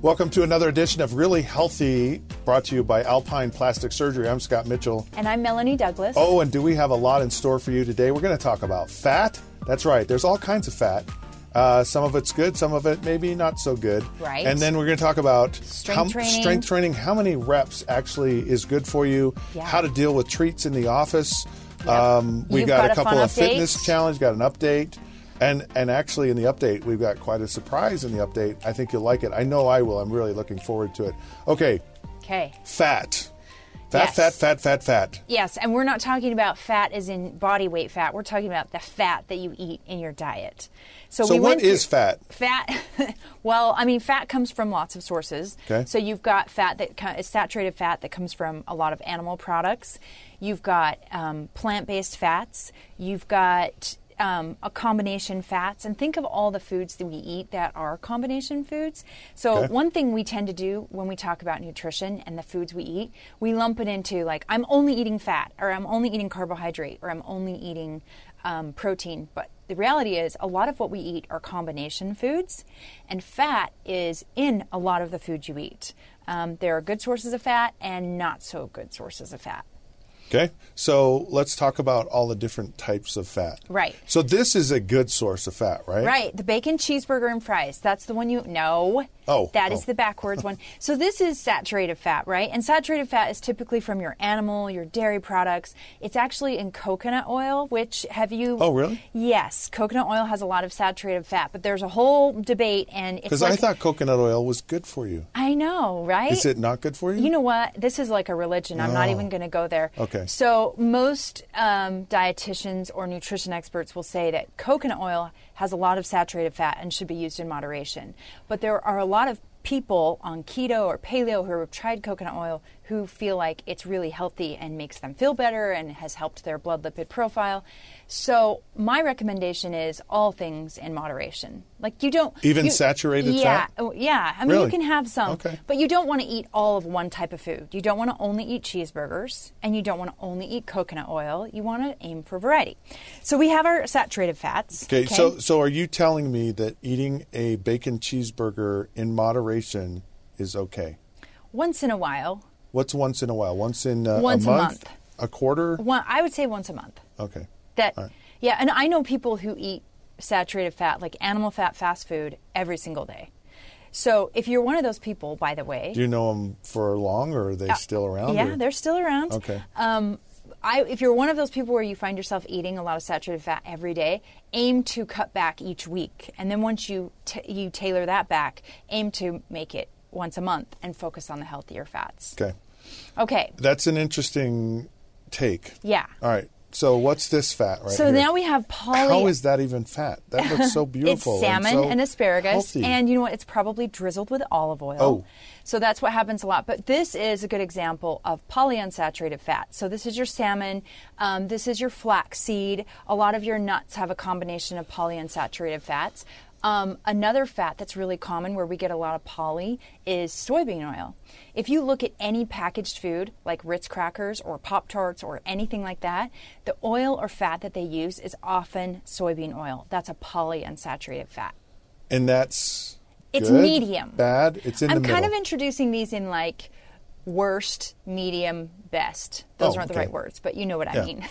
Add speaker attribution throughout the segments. Speaker 1: Welcome to another edition of Really Healthy, brought to you by Alpine Plastic Surgery. I'm Scott Mitchell.
Speaker 2: And I'm Melanie Douglas.
Speaker 1: Oh, and do we have a lot in store for you today? We're going to talk about fat. That's right, there's all kinds of fat. Uh, some of it's good, some of it maybe not so good.
Speaker 2: Right.
Speaker 1: And then we're going to talk about
Speaker 2: Strength
Speaker 1: how,
Speaker 2: training.
Speaker 1: strength training, how many reps actually is good for you,
Speaker 2: Yeah.
Speaker 1: how to deal with treats in the office. Um, we've
Speaker 2: You've
Speaker 1: got,
Speaker 2: got
Speaker 1: a
Speaker 2: a
Speaker 1: couple
Speaker 2: fun
Speaker 1: of fitness
Speaker 2: update.
Speaker 1: challenge, got an update. And, and actually, in the update, we've got quite a surprise in the update. I think you'll like it. I know I will. I'm really looking forward to it. Okay,
Speaker 2: Okay.
Speaker 1: fat. Fat,
Speaker 2: Yes.
Speaker 1: fat, fat, fat, fat.
Speaker 2: Yes, and we're not talking about fat as in body weight fat. We're talking about the fat that you eat in your diet.
Speaker 1: So,
Speaker 2: we
Speaker 1: what
Speaker 2: went through-
Speaker 1: is fat?
Speaker 2: Fat, well, I mean, fat comes from lots of sources.
Speaker 1: Okay.
Speaker 2: So you've got fat that co- is saturated fat that comes from a lot of animal products. You've got um, plant-based fats. You've got um, a combination fats, and think of all the foods that we eat that are combination foods. So
Speaker 1: Okay.
Speaker 2: one thing we tend to do when we talk about nutrition and the foods we eat, we lump it into like I'm only eating fat, or I'm only eating carbohydrate, or I'm only eating um, protein, but the reality is a lot of what we eat are combination foods, and fat is in a lot of the food you eat. Um, there are good sources of fat and not so good sources of fat.
Speaker 1: Okay, so let's talk about all the different types of fat.
Speaker 2: Right.
Speaker 1: So, this is a good source of fat, right?
Speaker 2: Right, the bacon cheeseburger and fries. That's the one you no.
Speaker 1: Oh,
Speaker 2: that is
Speaker 1: oh.
Speaker 2: the backwards one. So this is saturated fat, right? And saturated fat is typically from your animal, your dairy products. It's actually in coconut oil, which have you
Speaker 1: Oh, really?
Speaker 2: Yes, coconut oil has a lot of saturated fat, but there's a whole debate and it's
Speaker 1: Because I
Speaker 2: like-
Speaker 1: thought coconut oil was good for you.
Speaker 2: I know, right?
Speaker 1: Is it not good for you?
Speaker 2: You know what? This is like a religion. I'm not even going to go there.
Speaker 1: Oh. Okay.
Speaker 2: So most um, dietitians or nutrition experts will say that coconut oil has a lot of saturated fat and should be used in moderation. But there are a lot of people on keto or paleo who have tried coconut oil who feel like it's really healthy and makes them feel better and has helped their blood lipid profile. So my recommendation is all things in moderation. Like you don't
Speaker 1: Even
Speaker 2: you-
Speaker 1: saturated
Speaker 2: yeah,
Speaker 1: fat?
Speaker 2: oh, Yeah, I mean
Speaker 1: Really?
Speaker 2: you can have some,
Speaker 1: Okay.
Speaker 2: but you don't want to eat all of one type of food. You don't want to only eat cheeseburgers and you don't want to only eat coconut oil. You want to aim for variety. So we have our saturated fats.
Speaker 1: okay, so so are you telling me that eating a bacon cheeseburger in moderation is okay?
Speaker 2: once in a while,
Speaker 1: What's once in a while? Once in uh,
Speaker 2: Once
Speaker 1: a
Speaker 2: a
Speaker 1: month?
Speaker 2: month.
Speaker 1: A quarter?
Speaker 2: one, I would say once a month.
Speaker 1: Okay.
Speaker 2: That
Speaker 1: All right.
Speaker 2: yeah, and I know people who eat saturated fat like animal fat fast food every single day. So if you're one of those people, by the way,
Speaker 1: Do you know them for long or are they still around?
Speaker 2: Uh, yeah,
Speaker 1: or-
Speaker 2: they're still around.
Speaker 1: Okay.
Speaker 2: Um, I, if you're one of those people where you find yourself eating a lot of saturated fat every day, aim to cut back each week, and then once you t- you tailor that back, aim to make it once a month and focus on the healthier fats.
Speaker 1: Okay.
Speaker 2: Okay.
Speaker 1: That's an interesting take.
Speaker 2: Yeah.
Speaker 1: All right. So what's this fat right
Speaker 2: So
Speaker 1: here?
Speaker 2: now we have poly.
Speaker 1: How is that even fat? That looks so
Speaker 2: it's
Speaker 1: beautiful.
Speaker 2: salmon
Speaker 1: so
Speaker 2: and, asparagus,
Speaker 1: healthy.
Speaker 2: and you know what? It's probably drizzled with olive oil.
Speaker 1: Oh.
Speaker 2: So that's what happens a lot. But this is a good example of polyunsaturated fat. So this is your salmon, um, this is your flaxseed. A lot of your nuts have a combination of polyunsaturated fats. Um, another fat that's really common where we get a lot of poly is soybean oil. If you look at any packaged food, like Ritz crackers or Pop Tarts or anything like that, the oil or fat that they use is often soybean oil. That's a polyunsaturated fat.
Speaker 1: And that's
Speaker 2: It's
Speaker 1: good,
Speaker 2: medium.
Speaker 1: Bad. It's in
Speaker 2: I'm
Speaker 1: the middle.
Speaker 2: kind of introducing these in like worst, medium, best. Those
Speaker 1: Oh,
Speaker 2: aren't
Speaker 1: okay.
Speaker 2: the right words, but you know what
Speaker 1: Yeah.
Speaker 2: I mean.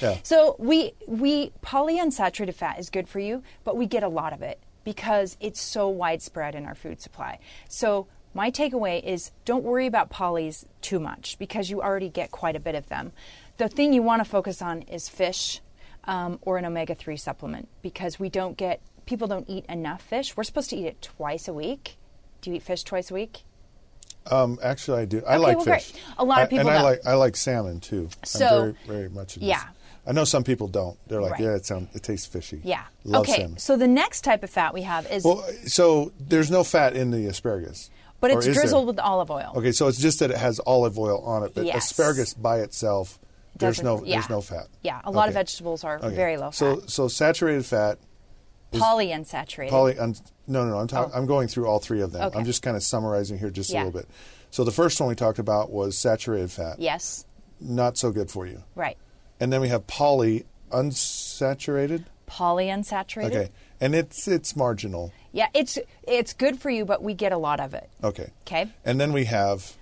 Speaker 1: Yeah.
Speaker 2: So we we polyunsaturated fat is good for you, but we get a lot of it because it's so widespread in our food supply. So my takeaway is don't worry about polys too much because you already get quite a bit of them. The thing you want to focus on is fish um, or an omega three supplement because we don't get people don't eat enough fish. We're supposed to eat it twice a week. Do you eat fish twice a week?
Speaker 1: Um, actually, I do. I like
Speaker 2: well, great.
Speaker 1: fish.
Speaker 2: A lot of
Speaker 1: I-
Speaker 2: people
Speaker 1: and I
Speaker 2: don't.
Speaker 1: like I like salmon too.
Speaker 2: So-
Speaker 1: I'm very very much. Against.
Speaker 2: Yeah.
Speaker 1: I know some people don't. They're like,
Speaker 2: Right.
Speaker 1: yeah, it sounds it tastes fishy.
Speaker 2: Yeah.
Speaker 1: Love
Speaker 2: okay.
Speaker 1: salmon.
Speaker 2: So the next type of fat we have is,
Speaker 1: Well, so there's no fat in the asparagus,
Speaker 2: but
Speaker 1: Or
Speaker 2: it's
Speaker 1: is there?
Speaker 2: drizzled with olive oil.
Speaker 1: Okay, so it's just that it has olive oil on it, but
Speaker 2: Yes.
Speaker 1: asparagus by itself, there's
Speaker 2: Doesn't-
Speaker 1: no
Speaker 2: yeah.
Speaker 1: there's no fat.
Speaker 2: Yeah, a lot of
Speaker 1: Okay.
Speaker 2: vegetables are
Speaker 1: Okay.
Speaker 2: very low
Speaker 1: So
Speaker 2: fat.
Speaker 1: so saturated fat,
Speaker 2: Polyunsaturated.
Speaker 1: poly. Un, no, no, no, I'm talking.
Speaker 2: Oh.
Speaker 1: I'm going through all three of them.
Speaker 2: Okay.
Speaker 1: I'm just kind of summarizing here just a
Speaker 2: Yeah.
Speaker 1: little bit. So the first one we talked about was saturated fat.
Speaker 2: yes,
Speaker 1: Not so good for you.
Speaker 2: right.
Speaker 1: And then we have poly unsaturated.
Speaker 2: Polyunsaturated.
Speaker 1: Okay. And it's it's marginal.
Speaker 2: Yeah, it's it's good for you, but we get a lot of it.
Speaker 1: Okay.
Speaker 2: Okay.
Speaker 1: And then we have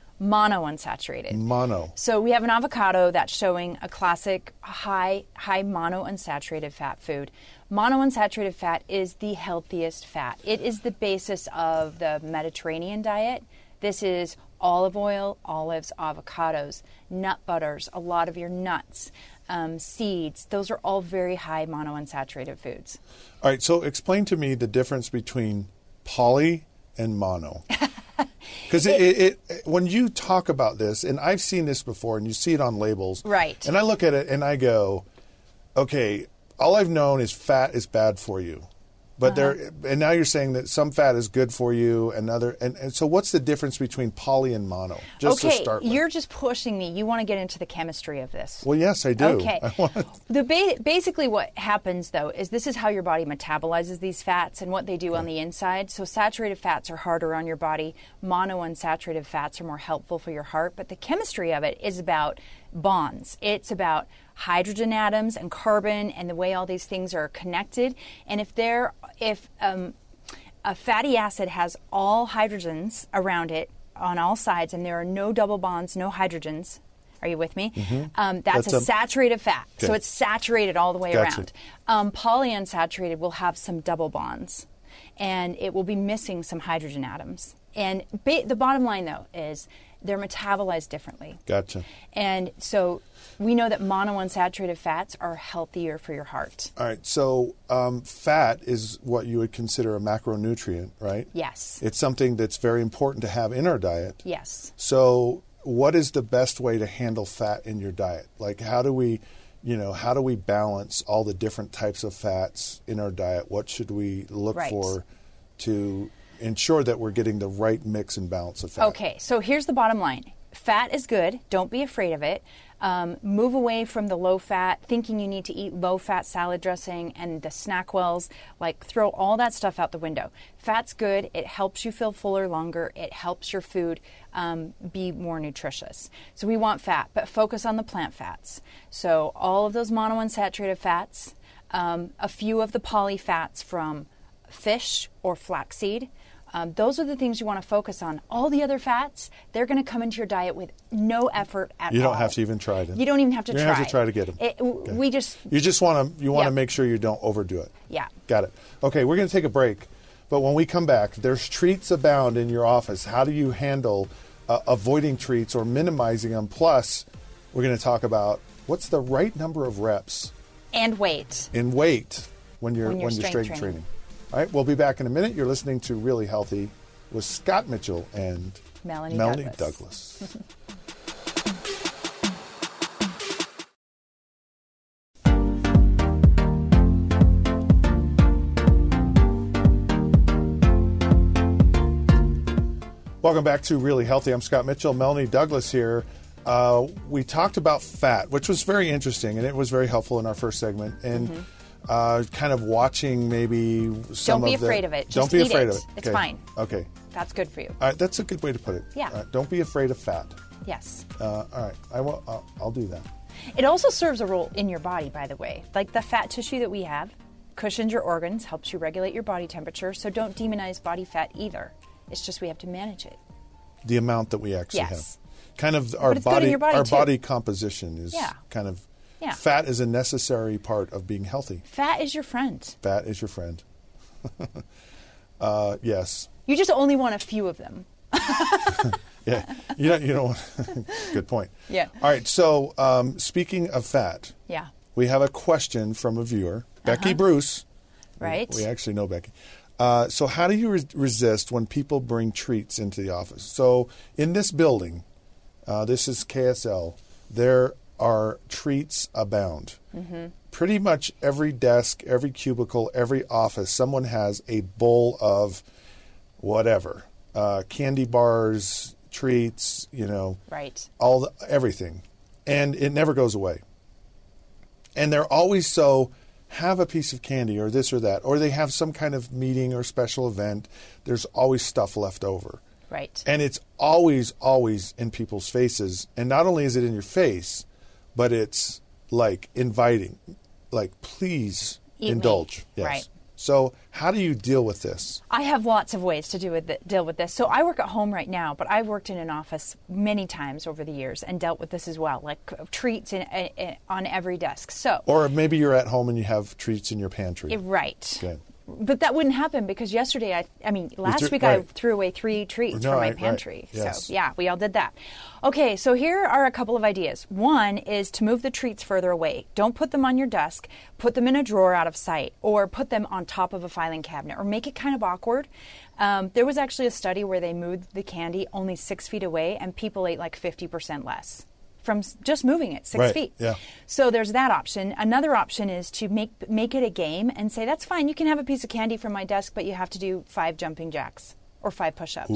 Speaker 2: Monounsaturated.
Speaker 1: mono.
Speaker 2: So we have an avocado that's showing a classic high high monounsaturated fat food. Monounsaturated fat is the healthiest fat. It is the basis of the Mediterranean diet. This is olive oil, olives, avocados, nut butters, a lot of your nuts, um, seeds. Those are all very high monounsaturated foods.
Speaker 1: All right, so explain to me the difference between poly and mono. Because it, it, it, when you talk about this, and I've seen this before, and you see it on labels,
Speaker 2: Right.
Speaker 1: And I look at it and I go, okay, all I've known is fat is bad for you, but
Speaker 2: Uh-huh.
Speaker 1: there, and now you're saying that some fat is good for you, another, and, and so what's the difference between poly and mono? Just
Speaker 2: okay,
Speaker 1: to start with,
Speaker 2: you're just pushing me. You want to get into the chemistry of this.
Speaker 1: well, yes, I do.
Speaker 2: Okay.
Speaker 1: I want,
Speaker 2: The ba- basically what happens though is this is how your body metabolizes these fats and what they do on the inside. So saturated fats are harder on your body. Monounsaturated fats are more helpful for your heart. But the chemistry of it is about bonds. It's about hydrogen atoms and carbon and the way all these things are connected. And if they're if um, a fatty acid has all hydrogens around it on all sides, and there are no double bonds, no hydrogens. Are you with me?
Speaker 1: Mm-hmm.
Speaker 2: Um, that's,
Speaker 1: That's
Speaker 2: a,
Speaker 1: a-
Speaker 2: saturated fat. So
Speaker 1: Okay.
Speaker 2: it's saturated all the way
Speaker 1: Gotcha.
Speaker 2: around. Um, polyunsaturated will have some double bonds, and it will be missing some hydrogen atoms. And ba- the bottom line, though, is they're metabolized differently.
Speaker 1: gotcha.
Speaker 2: And so we know that monounsaturated fats are healthier for your heart.
Speaker 1: All right, so um, fat is what you would consider a macronutrient, right?
Speaker 2: Yes.
Speaker 1: It's something that's very important to have in our diet.
Speaker 2: Yes.
Speaker 1: So, what is the best way to handle fat in your diet? Like, how do we, you know, how do we balance all the different types of fats in our diet? What should we look
Speaker 2: Right.
Speaker 1: for to ensure that we're getting the right mix and balance of fat?
Speaker 2: Okay, so here's the bottom line fat is good, don't be afraid of it. Um, move away from the low fat, thinking you need to eat low fat salad dressing and the snack wells. Like, throw all that stuff out the window. Fat's good, it helps you feel fuller longer, it helps your food um, be more nutritious. So, we want fat, but focus on the plant fats. So, all of those monounsaturated fats, um, a few of the poly fats from fish or flaxseed. Um, those are the things you want to focus on. All the other fats, they're going to come into your diet with no effort at
Speaker 1: You
Speaker 2: all.
Speaker 1: don't have to even try them.
Speaker 2: You don't even have to
Speaker 1: You
Speaker 2: try.
Speaker 1: don't have to try to get 'em.
Speaker 2: It- w- We just,
Speaker 1: You just want to you want
Speaker 2: Yeah.
Speaker 1: to make sure you don't overdo it.
Speaker 2: Yeah.
Speaker 1: Got it. Okay, we're going to take a break, but when we come back, there's treats abound in your office. How do you handle uh, avoiding treats or minimizing them? Plus, we're going to talk about what's the right number of reps
Speaker 2: and wait.
Speaker 1: in weight when you're
Speaker 2: When
Speaker 1: when
Speaker 2: you're
Speaker 1: you're,
Speaker 2: strength
Speaker 1: strength
Speaker 2: training.
Speaker 1: training. All right, we'll be back in a minute. You're listening to Really Healthy with Scott Mitchell and
Speaker 2: Melanie Douglas.
Speaker 1: Douglas. Welcome back to Really Healthy. I'm Scott Mitchell. Melanie Douglas here. Uh, we talked about fat, which was very interesting, and it was very helpful in our first segment. And
Speaker 2: Mm-hmm.
Speaker 1: uh, kind of watching maybe some
Speaker 2: Don't be
Speaker 1: of the-
Speaker 2: afraid of it.
Speaker 1: Don't
Speaker 2: Just
Speaker 1: be
Speaker 2: eat
Speaker 1: afraid
Speaker 2: it.
Speaker 1: of it.
Speaker 2: It's
Speaker 1: Okay.
Speaker 2: fine.
Speaker 1: Okay.
Speaker 2: That's good for you.
Speaker 1: All right, that's a good way to put it.
Speaker 2: Yeah.
Speaker 1: All right, don't be afraid of fat.
Speaker 2: Yes.
Speaker 1: Uh, all right, I will. I'll, I'll do that.
Speaker 2: It also serves a role in your body, by the way. Like the fat tissue that we have cushions your organs, helps you regulate your body temperature, so don't demonize body fat either. It's just we have to manage it.
Speaker 1: The amount that we actually
Speaker 2: Yes.
Speaker 1: have, kind of our
Speaker 2: But it's good in
Speaker 1: body,
Speaker 2: your body,
Speaker 1: our
Speaker 2: too.
Speaker 1: body composition is
Speaker 2: Yeah.
Speaker 1: kind of.
Speaker 2: Yeah.
Speaker 1: Fat is a necessary part of being healthy.
Speaker 2: Fat is your friend.
Speaker 1: Fat is your friend. uh, yes.
Speaker 2: You just only want a few of them.
Speaker 1: Yeah. You don't. You don't. good point.
Speaker 2: Yeah.
Speaker 1: All right. So um, speaking of fat,
Speaker 2: Yeah. Uh-huh.
Speaker 1: we have a question from a viewer, Becky Bruce.
Speaker 2: Right?
Speaker 1: We actually know Becky. Uh, so, how do you re- resist when people bring treats into the office? So, in this building, uh, this is KSL, there are treats abound. Pretty much every desk, every cubicle, every office, someone has a bowl of whatever uh, candy bars, treats, you know,
Speaker 2: Right.
Speaker 1: all the, everything. And it never goes away and they're always so have a piece of candy or this or that or they have some kind of meeting or special event there's always stuff left over
Speaker 2: Right.
Speaker 1: and it's always always in people's faces and not only is it in your face but it's like inviting like please
Speaker 2: Eat me.
Speaker 1: indulge yes
Speaker 2: Right.
Speaker 1: So, how do you deal with this?
Speaker 2: I have lots of ways to do with it, deal with this. So I work at home right now, but I've worked in an office many times over the years and dealt with this as well, like c- treats in, in, in- on every desk. So
Speaker 1: Or maybe you're at home and you have treats in your pantry.
Speaker 2: Eh, right.
Speaker 1: Okay.
Speaker 2: But that wouldn't happen because yesterday I I mean last
Speaker 1: threw-
Speaker 2: week I
Speaker 1: right.
Speaker 2: threw away three treats
Speaker 1: No,
Speaker 2: from
Speaker 1: right,
Speaker 2: my
Speaker 1: right.
Speaker 2: pantry.
Speaker 1: Yes.
Speaker 2: So yeah, we all did that. Okay, so here are a couple of ideas. One is to move the treats further away. Don't put them on your desk. Put them in a drawer out of sight, or put them on top of a filing cabinet, or make it kind of awkward. Um, there was actually a study where they moved the candy only six feet away, and people ate like fifty percent less from s- just moving it six
Speaker 1: Right,
Speaker 2: feet.
Speaker 1: yeah.
Speaker 2: So there's that option. Another option is to make make it a game and say that's fine. You can have a piece of candy from my desk, but you have to do five jumping jacks or five push-ups.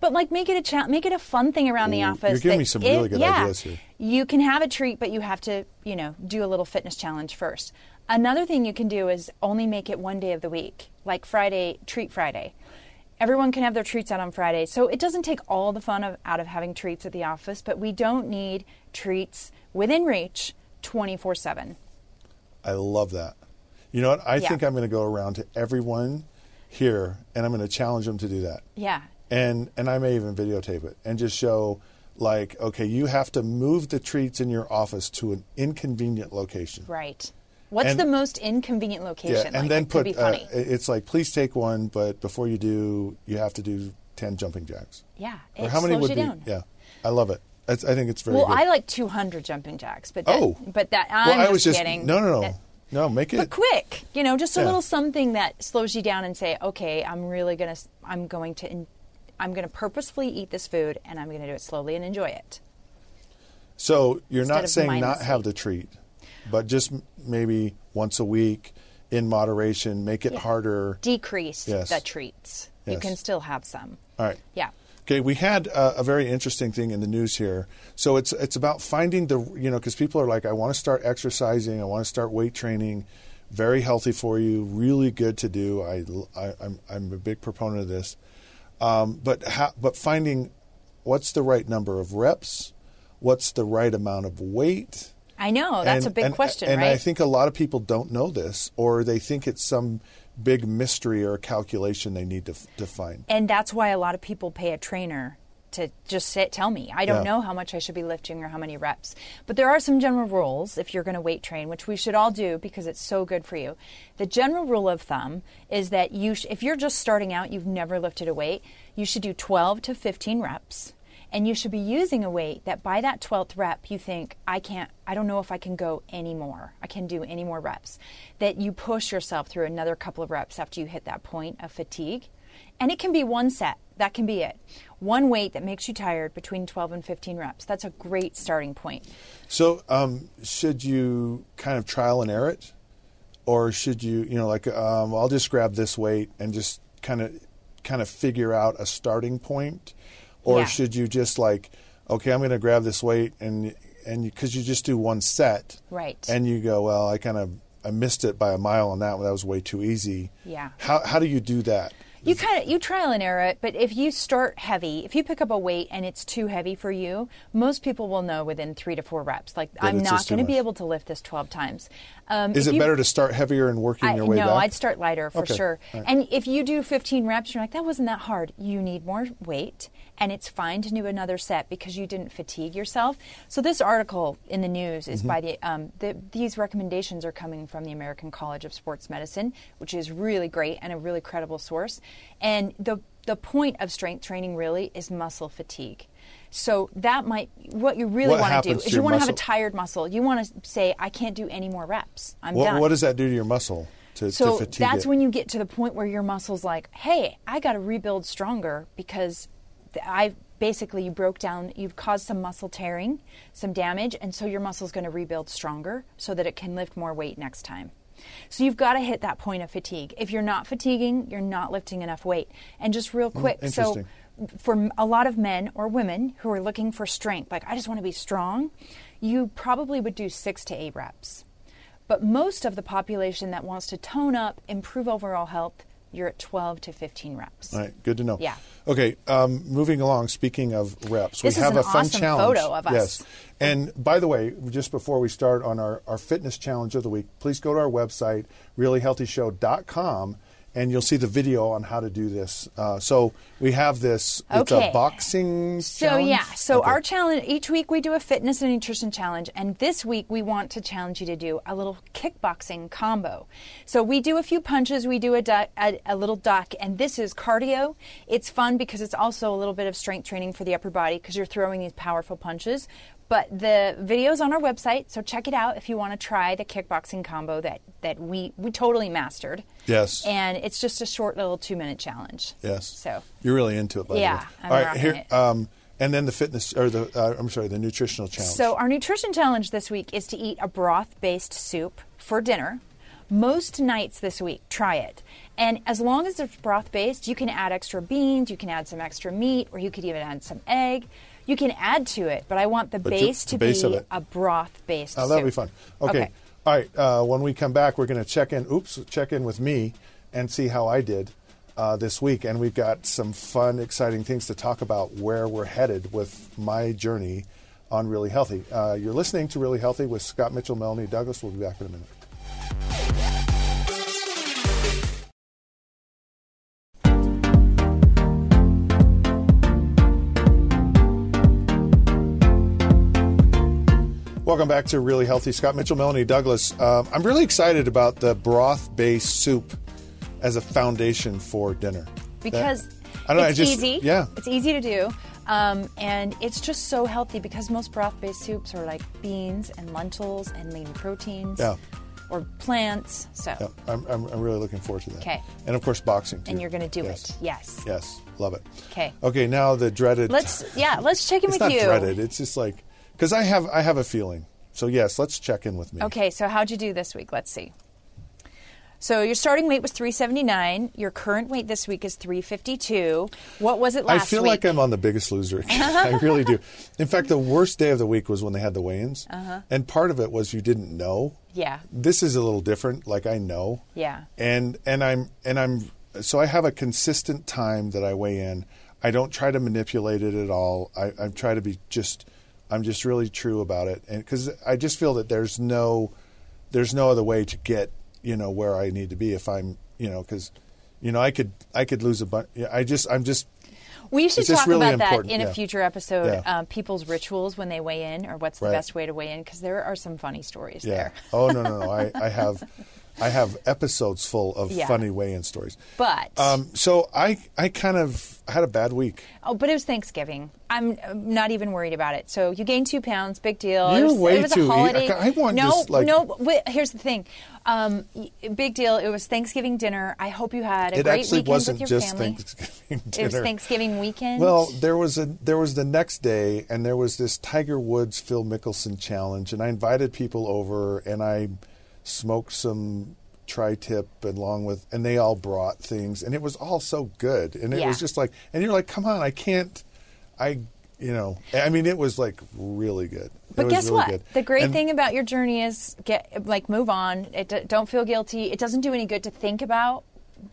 Speaker 2: But like make it a cha- make it a fun thing around the
Speaker 1: Ooh,
Speaker 2: office.
Speaker 1: you're giving
Speaker 2: that
Speaker 1: me some
Speaker 2: it-
Speaker 1: really good
Speaker 2: yeah,
Speaker 1: ideas here.
Speaker 2: You can have a treat, but you have to you know do a little fitness challenge first. Another thing you can do is only make it one day of the week, like Friday treat Friday. Everyone can have their treats out on Friday, so it doesn't take all the fun of, out of having treats at the office. But we don't need treats within reach, twenty four seven.
Speaker 1: I love that. You know what? I
Speaker 2: Yeah.
Speaker 1: think I'm going to go around to everyone here and I'm going to challenge them to do that.
Speaker 2: Yeah.
Speaker 1: And and I may even videotape it and just show like okay, you have to move the treats in your office to an inconvenient location.
Speaker 2: Right. What's
Speaker 1: And-
Speaker 2: the most inconvenient location?
Speaker 1: Yeah, and
Speaker 2: like,
Speaker 1: then
Speaker 2: it
Speaker 1: put
Speaker 2: could be
Speaker 1: uh,
Speaker 2: funny.
Speaker 1: it's like please take one, but before you do, you have to do 10 jumping jacks.
Speaker 2: yeah. It
Speaker 1: Or how many
Speaker 2: slows
Speaker 1: would
Speaker 2: you
Speaker 1: be?
Speaker 2: down.
Speaker 1: Yeah. I love it. It's, I think it's very
Speaker 2: Well,
Speaker 1: good.
Speaker 2: I like 200 jumping jacks, but that,
Speaker 1: Oh.
Speaker 2: but that
Speaker 1: Well,
Speaker 2: I'm
Speaker 1: I
Speaker 2: just
Speaker 1: was just
Speaker 2: kidding.
Speaker 1: No, no,
Speaker 2: That-
Speaker 1: no. No, make it
Speaker 2: but quick, you know, just a
Speaker 1: Yeah.
Speaker 2: little something that slows you down and say, okay, I'm really gonna, s- I'm going to, en- I'm going to purposefully eat this food, and I'm going to do it slowly and enjoy it.
Speaker 1: So you're
Speaker 2: Instead
Speaker 1: not
Speaker 2: of
Speaker 1: saying not
Speaker 2: mindlessly.
Speaker 1: have the treat, but just m- maybe once a week in moderation, make it
Speaker 2: Yeah.
Speaker 1: harder.
Speaker 2: Decrease
Speaker 1: Yes.
Speaker 2: the treats. You
Speaker 1: Yes.
Speaker 2: can still have some.
Speaker 1: All right.
Speaker 2: Yeah.
Speaker 1: Okay, we had uh, a very interesting thing in the news here. So it's it's about finding the you know because people are like, I want to start exercising, I want to start weight training, very healthy for you, really good to do. I, l- I am I'm a big proponent of this, um, but ha- but finding what's the right number of reps, what's the right amount of weight.
Speaker 2: I know Oh, that's
Speaker 1: And-
Speaker 2: a big
Speaker 1: and- uh,
Speaker 2: question,
Speaker 1: and
Speaker 2: right?
Speaker 1: I think a lot of people don't know this, or they think it's some big mystery or calculation they need to, f- to find.
Speaker 2: and that's why a lot of people pay a trainer to just sit tell me i don't
Speaker 1: Yeah.
Speaker 2: know how much i should be lifting or how many reps but there are some general rules if you're going to weight train which we should all do because it's so good for you the general rule of thumb is that you sh- if you're just starting out you've never lifted a weight you should do 12 to 15 reps and you should be using a weight that by that 12th rep you think i can't i don't know if i can go anymore i can do any more reps that you push yourself through another couple of reps after you hit that point of fatigue and it can be one set that can be it one weight that makes you tired between 12 and 15 reps that's a great starting point
Speaker 1: So, um, should you kind of trial and error it, or should you, you know, like um, I'll just grab this weight and just kind of, kind of figure out a starting point, or
Speaker 2: Yeah.
Speaker 1: should you just like, okay, I'm going to grab this weight and and because you just do one set,
Speaker 2: Right.
Speaker 1: And you go, well, I kind of I missed it by a mile on that one. That was way too easy.
Speaker 2: Yeah.
Speaker 1: How how do you do that?
Speaker 2: you kind of you trial and error it but if you start heavy if you pick up a weight and it's too heavy for you most people will know within three to four reps like i'm
Speaker 1: it's
Speaker 2: not
Speaker 1: just too
Speaker 2: going to be
Speaker 1: much.
Speaker 2: able to lift this 12 times um,
Speaker 1: Is
Speaker 2: if
Speaker 1: it
Speaker 2: you-
Speaker 1: better to start heavier and working
Speaker 2: I-
Speaker 1: your way
Speaker 2: no,
Speaker 1: back?
Speaker 2: I'd start lighter for
Speaker 1: Okay.
Speaker 2: sure.
Speaker 1: All right.
Speaker 2: And if you do 15 reps, you're like, that wasn't that hard. You need more weight, and it's fine to do another set because you didn't fatigue yourself. So this article in the news
Speaker 1: Mm-hmm.
Speaker 2: is by the, um, the these recommendations are coming from the American College of Sports Medicine, which is really great and a really credible source. And the the point of strength training really is muscle fatigue. So that might what you really
Speaker 1: What
Speaker 2: want to do
Speaker 1: happens to
Speaker 2: is you
Speaker 1: your
Speaker 2: want to have a
Speaker 1: muscle?
Speaker 2: tired muscle. You want to say I can't do any more reps. I'm
Speaker 1: What,
Speaker 2: done
Speaker 1: what does that do to your muscle to,
Speaker 2: so
Speaker 1: to fatigue
Speaker 2: that's
Speaker 1: it?
Speaker 2: when you get to the point where your muscles like hey i got to rebuild stronger because th- i basically you broke down you've caused some muscle tearing some damage and so your muscle's going to rebuild stronger so that it can lift more weight next time so you've got to hit that point of fatigue if you're not fatiguing you're not lifting enough weight and just real quick
Speaker 1: Mm,
Speaker 2: so
Speaker 1: interesting.
Speaker 2: for m- a lot of men or women who are looking for strength, like I just want to be strong, you probably would do six to eight reps. But most of the population that wants to tone up, improve overall health, you're at 12 to 15 reps.
Speaker 1: All right, good to know.
Speaker 2: Yeah.
Speaker 1: Okay, um, moving along. Speaking of reps,
Speaker 2: This
Speaker 1: we
Speaker 2: is
Speaker 1: have
Speaker 2: an
Speaker 1: a fun
Speaker 2: awesome
Speaker 1: challenge.
Speaker 2: photo of us.
Speaker 1: Yes. And by the way, just before we start on our, our fitness challenge of the week, please go to our website, reallyhealthyshow.com, and you'll see the video on how to do this. Uh, so we have this. It's a
Speaker 2: Okay.
Speaker 1: boxing
Speaker 2: So
Speaker 1: challenge?
Speaker 2: yeah, so
Speaker 1: Okay.
Speaker 2: our challenge each week we do a fitness and nutrition challenge, and this week we want to challenge you to do a little kickboxing combo. So we do a few punches, we do a, du- a, a little duck, and this is cardio. It's fun because it's also a little bit of strength training for the upper body because you're throwing these powerful punches. But the video's on our website, so check it out if you want to try the kickboxing combo that that we we totally mastered.
Speaker 1: Yes.
Speaker 2: and it's just a short little two minute challenge.
Speaker 1: Yes.
Speaker 2: So
Speaker 1: you're really into it, by
Speaker 2: Yeah,
Speaker 1: the way.
Speaker 2: I'm
Speaker 1: All right,
Speaker 2: rocking
Speaker 1: here.
Speaker 2: it.
Speaker 1: Um, and then the fitness, or the uh, I'm sorry, the nutritional challenge.
Speaker 2: So, our nutrition challenge this week is to eat a broth based soup for dinner. Most nights this week, try it. And as long as it's broth based, you can add extra beans, you can add some extra meat, or you could even add some egg. You can add to it, but I want the
Speaker 1: But you-
Speaker 2: base
Speaker 1: the
Speaker 2: to
Speaker 1: base of
Speaker 2: be
Speaker 1: it.
Speaker 2: a broth based
Speaker 1: Oh,
Speaker 2: soup.
Speaker 1: that'll be fun. Okay.
Speaker 2: Okay.
Speaker 1: All right. Uh, when we come back, we're going to check in. Oops, check in with me and see how I did uh, this week. And we've got some fun, exciting things to talk about where we're headed with my journey on Really Healthy. Uh, you're listening to Really Healthy with Scott Mitchell, Melanie Douglas. We'll be back in a minute. Welcome back to Really Healthy. Scott Mitchell, Melanie Douglas. Um, I'm really excited about the broth based soup as a foundation for dinner.
Speaker 2: because
Speaker 1: That- I don't know, I
Speaker 2: it's
Speaker 1: just-
Speaker 2: easy.
Speaker 1: yeah.
Speaker 2: it's easy to do, um, and it's just so healthy because most broth-based soups are like beans and lentils and lean proteins,
Speaker 1: Yeah.
Speaker 2: or plants. So,
Speaker 1: Yeah, I'm, I'm, I'm really looking forward to that.
Speaker 2: 'Kay.
Speaker 1: And of course, boxing too.
Speaker 2: and you're going to do
Speaker 1: Yes.
Speaker 2: it. Yes.
Speaker 1: Yes, love it.
Speaker 2: 'Kay.
Speaker 1: Okay, now the dreaded.
Speaker 2: Let's yeah, let's check in
Speaker 1: it's
Speaker 2: with
Speaker 1: not
Speaker 2: you.
Speaker 1: dreaded. It's just like because I have I have a feeling. So yes, let's check in with me.
Speaker 2: Okay, so how'd you do this week? Let's see. So your starting weight was 379. Your current weight this week is 352. What was it
Speaker 1: I
Speaker 2: last
Speaker 1: feel
Speaker 2: week?
Speaker 1: like I'm on the biggest loser. again. I really do. In fact, the worst day of the week was when they had the weigh-ins, uh-huh. and part of it was you didn't know.
Speaker 2: Yeah.
Speaker 1: This is a little different. Like I know.
Speaker 2: Yeah.
Speaker 1: And and I'm and I'm so I have a consistent time that I weigh in. I don't try to manipulate it at all. I, I try to be just. I'm just really true about it, and because I just feel that there's no, there's no other way to get you know where I need to be if I'm you know because, you know I could I could lose a bunch. I just I'm just
Speaker 2: We should
Speaker 1: It's just
Speaker 2: talk
Speaker 1: really
Speaker 2: about that
Speaker 1: important,
Speaker 2: in
Speaker 1: yeah.
Speaker 2: a future episode.
Speaker 1: Yeah.
Speaker 2: Um, people's rituals when they weigh in, or what's the
Speaker 1: Right.
Speaker 2: best way to weigh in? Because there are some funny stories there.
Speaker 1: Oh no no no! I, I have, I have episodes full of
Speaker 2: Yeah.
Speaker 1: funny weigh-in stories.
Speaker 2: But
Speaker 1: um, so I I kind of had a bad week.
Speaker 2: oh, but it was Thanksgiving. I'm uh, not even worried about it. So you gained two pounds, big deal.
Speaker 1: You're
Speaker 2: it was,
Speaker 1: way
Speaker 2: it was
Speaker 1: too e-
Speaker 2: a holiday.
Speaker 1: I want
Speaker 2: no,
Speaker 1: this, like-
Speaker 2: no. Wait, here's the thing. Um, y- big deal. It was Thanksgiving dinner. I hope you had a
Speaker 1: It
Speaker 2: great
Speaker 1: actually
Speaker 2: weekend
Speaker 1: wasn't
Speaker 2: with your
Speaker 1: just
Speaker 2: family.
Speaker 1: Thanksgiving
Speaker 2: It was
Speaker 1: dinner.
Speaker 2: Thanksgiving weekend.
Speaker 1: Well, there was a there was the next day, and there was this Tiger Woods Phil Mickelson challenge, and I invited people over, and I smoked some tri-tip along with, and they all brought things, and it was all so good, and it
Speaker 2: Yeah.
Speaker 1: was just like, and you're like, come on, I can't, I, you know, I mean, it was like really good. it
Speaker 2: But
Speaker 1: was
Speaker 2: guess
Speaker 1: really
Speaker 2: what?
Speaker 1: Good.
Speaker 2: The great
Speaker 1: And-
Speaker 2: thing about your journey is get like move on. It d- don't feel guilty. It doesn't do any good to think about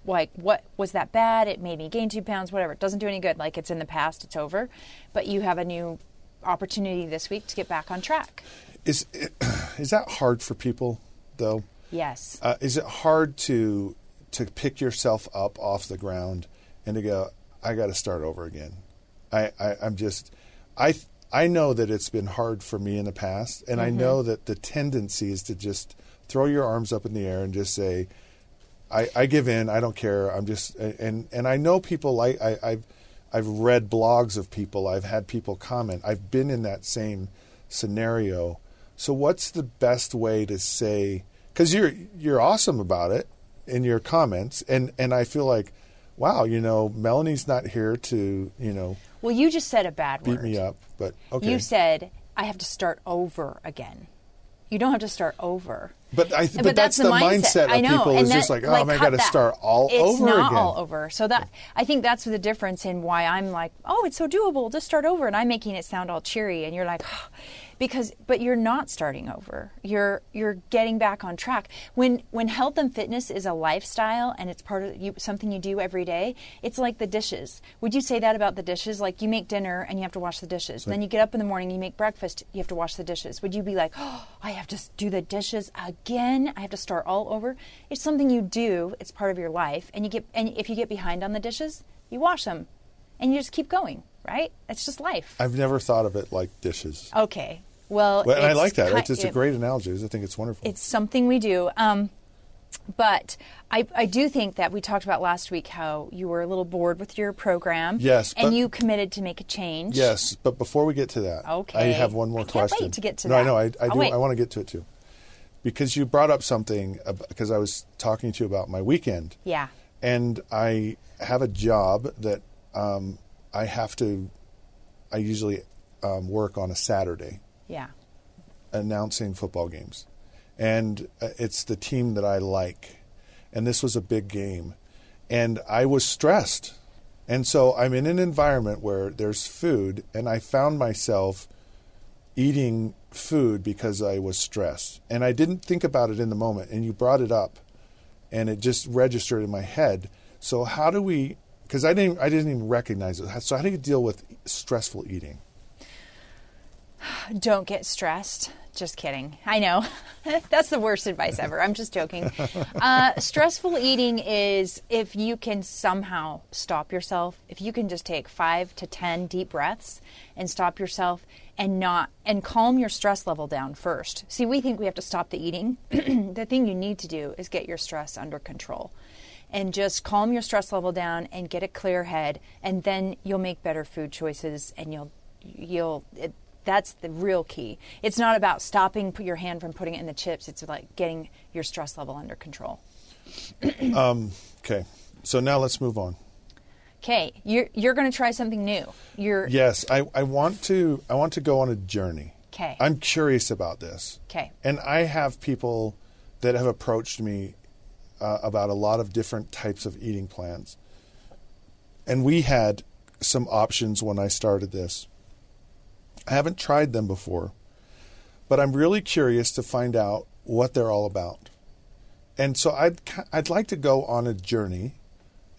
Speaker 2: like what was that bad? It made me gain two pounds. Whatever. It doesn't do any good. Like it's in the past. It's over. But you have a new opportunity this week to get back on track.
Speaker 1: is, is that hard for people though?
Speaker 2: Yes.
Speaker 1: Uh, is it hard to to pick yourself up off the ground and to go? I got to start over again. I, I I'm just I I know that it's been hard for me in the past, and I know that the tendency is to just throw your arms up in the air and just say, I, I give in. I don't care. I'm just and and I know people like I, I've I've read blogs of people. I've had people comment. I've been in that same scenario. So what's the best way to say? Because you're you're awesome about it in your comments, and and I feel like, wow, you know, Melanie's not here to you know
Speaker 2: well, you just said a bad
Speaker 1: beat
Speaker 2: word.
Speaker 1: me up, but okay.
Speaker 2: You said I have to start over again. You don't have to start over.
Speaker 1: But I th- but, that's,
Speaker 2: that's,
Speaker 1: the
Speaker 2: mindset,
Speaker 1: mindset,
Speaker 2: I
Speaker 1: of
Speaker 2: know,
Speaker 1: people
Speaker 2: and
Speaker 1: is
Speaker 2: that-
Speaker 1: just like, oh, man, I
Speaker 2: cut
Speaker 1: got to
Speaker 2: that.
Speaker 1: start all
Speaker 2: it's
Speaker 1: over
Speaker 2: not
Speaker 1: again.
Speaker 2: all over. So that I think that's the difference in why I'm like, oh, it's so doable. Just start over, and I'm making it sound all cheery, and you're like, because but you're not starting over. You're you're getting back on track. When when health and fitness is a lifestyle and it's part of you, something you do every day, it's like the dishes. Would you say that about the dishes? Like you make dinner and you have to wash the dishes. Then you get up in the morning, you make breakfast, you have to wash the dishes. Would you be like, "Oh, I have to s- do the dishes again. I have to start all over." It's something you do. It's part of your life and you get and if you get behind on the dishes, you wash them and you just keep going, right? It's just life.
Speaker 1: I've never thought of it like dishes.
Speaker 2: Okay. Well,
Speaker 1: Well, and I
Speaker 2: Oh, it's
Speaker 1: like that.
Speaker 2: ki-
Speaker 1: It's, it's a
Speaker 2: it-
Speaker 1: great analogy. I think it's wonderful.
Speaker 2: It's something we do. Um, but I, I do think that we talked about last week how you were a little bored with your program.
Speaker 1: Yes,
Speaker 2: And
Speaker 1: but-
Speaker 2: you committed to make a change.
Speaker 1: yes, but before we get to that, I
Speaker 2: Okay.
Speaker 1: have one more
Speaker 2: I can't wait
Speaker 1: question.
Speaker 2: to get to
Speaker 1: no,
Speaker 2: that.
Speaker 1: I know. I, I
Speaker 2: I'll
Speaker 1: do.
Speaker 2: wait.
Speaker 1: I want to get to it too, because you brought up something because I was talking to you about my weekend.
Speaker 2: Yeah.
Speaker 1: and I have a job that um, I have to. I usually um, work on a Saturday,
Speaker 2: Yeah.
Speaker 1: announcing football games, and uh, it's the team that I like, and this was a big game, and I was stressed, and so I'm in an environment where there's food, and I found myself eating food because I was stressed, and I didn't think about it in the moment, and you brought it up, and it just registered in my head. So how do we? Because I didn't, I didn't even recognize it. So how do you deal with stressful eating?
Speaker 2: Don't get stressed. Just kidding. I know. That's the worst advice ever. I'm just joking. Uh, stressful eating is if you can somehow stop yourself, if you can just take five to 10 deep breaths and stop yourself and not, and calm your stress level down first. See, we think we have to stop the eating. the thing you need to do is get your stress under control and just calm your stress level down and get a clear head and then you'll make better food choices and you'll you'll it, that's the real key it's not about stopping put your hand from putting it in the chips it's like getting your stress level under control
Speaker 1: Okay, so now let's move on.
Speaker 2: okay you're you're going to try something new you're
Speaker 1: Yes, I, I want to I want to go on a journey.
Speaker 2: 'Kay.
Speaker 1: I'm curious about this.
Speaker 2: 'Kay.
Speaker 1: And I have people that have approached me uh, about a lot of different types of eating plans. And we had some options when I started this. I haven't tried them before, but I'm really curious to find out what they're all about. And so I'd ki- I'd like to go on a journey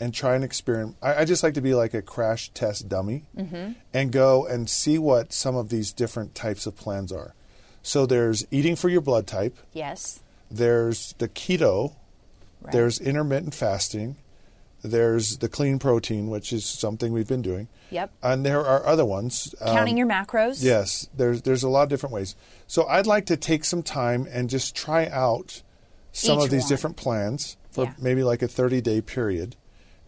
Speaker 1: and try and experiment. I, I just like to be like a crash test dummy
Speaker 2: Mm-hmm.
Speaker 1: and go and see what some of these different types of plans are. So there's eating for your blood type.
Speaker 2: yes
Speaker 1: There's the keto.
Speaker 2: Right.
Speaker 1: There's intermittent fasting. There's the clean protein, which is something we've been doing.
Speaker 2: Yep.
Speaker 1: And there are other ones. um,
Speaker 2: counting your macros
Speaker 1: Yes, there's there's a lot of different ways. So I'd like to take some time and just try out some
Speaker 2: Each
Speaker 1: of these
Speaker 2: one.
Speaker 1: different plans for
Speaker 2: Yeah.
Speaker 1: maybe like a 30 day period,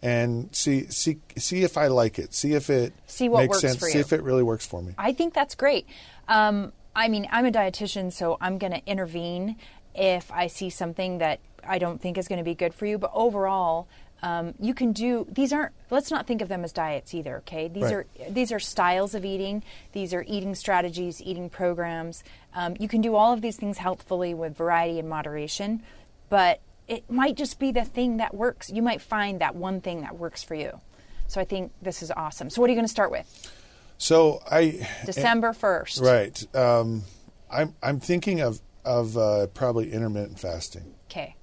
Speaker 1: and see see see if I like it. See if it
Speaker 2: See what
Speaker 1: makes
Speaker 2: works
Speaker 1: sense.
Speaker 2: for
Speaker 1: See
Speaker 2: you.
Speaker 1: if it really works for me.
Speaker 2: I think that's great. Um, I mean, I'm a dietitian, so I'm going to intervene if I see something that I don't think is going to be good for you. But overall, um, you can do these aren't. Let's not think of them as diets either. Okay, these
Speaker 1: Right.
Speaker 2: are these are styles of eating. These are eating strategies, eating programs. Um, you can do all of these things healthfully with variety and moderation, but it might just be the thing that works. You might find that one thing that works for you. So I think this is awesome. So what are you going to start with?
Speaker 1: So I
Speaker 2: December first.
Speaker 1: right. Um, I'm I'm thinking of of uh, probably intermittent fasting.
Speaker 2: Okay.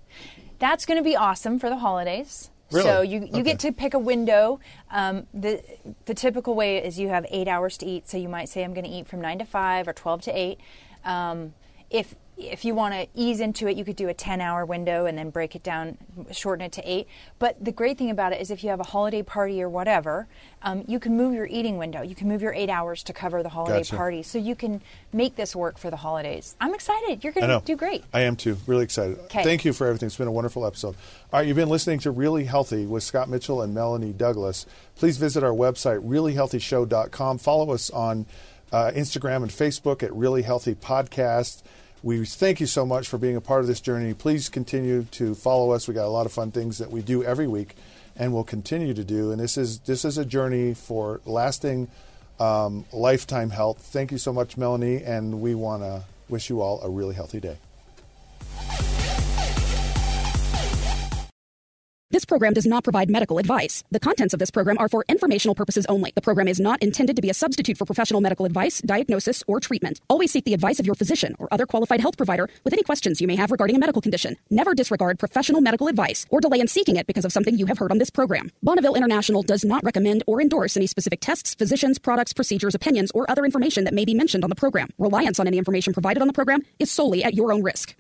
Speaker 2: That's going to be awesome for the holidays.
Speaker 1: Really?
Speaker 2: So you, you
Speaker 1: Okay.
Speaker 2: get to pick a window. Um, the the typical way is you have eight hours to eat. So you might say I'm going to eat from nine to five or twelve to eight. Um, if if you want to ease into it, you could do a ten hour window and then break it down, shorten it to eight. But the great thing about it is if you have a holiday party or whatever, um, you can move your eating window. You can move your eight hours to cover the holiday
Speaker 1: Gotcha.
Speaker 2: party, so you can make this work for the holidays. I'm excited. You're
Speaker 1: I
Speaker 2: going
Speaker 1: know.
Speaker 2: to do great.
Speaker 1: I am too. Really excited.
Speaker 2: 'Kay.
Speaker 1: Thank you for everything. It's been a wonderful episode. All right, you've been listening to Really Healthy with Scott Mitchell and Melanie Douglas. Please visit our website, reallyhealthyshow.com. Follow us on uh, Instagram and Facebook at Really Healthy Podcast. We thank you so much for being a part of this journey. Please continue to follow us. We got a lot of fun things that we do every week and will continue to do. And this is this is a journey for lasting um, lifetime health. Thank you so much, Melanie, and we want to wish you all a really healthy day.
Speaker 3: This program does not provide medical advice. The contents of this program are for informational purposes only. The program is not intended to be a substitute for professional medical advice, diagnosis, or treatment. Always seek the advice of your physician or other qualified health provider with any questions you may have regarding a medical condition. Never disregard professional medical advice or delay in seeking it because of something you have heard on this program. Bonneville International does not recommend or endorse any specific tests, physicians, products, procedures, opinions, or other information that may be mentioned on the program. Reliance on any information provided on the program is solely at your own risk.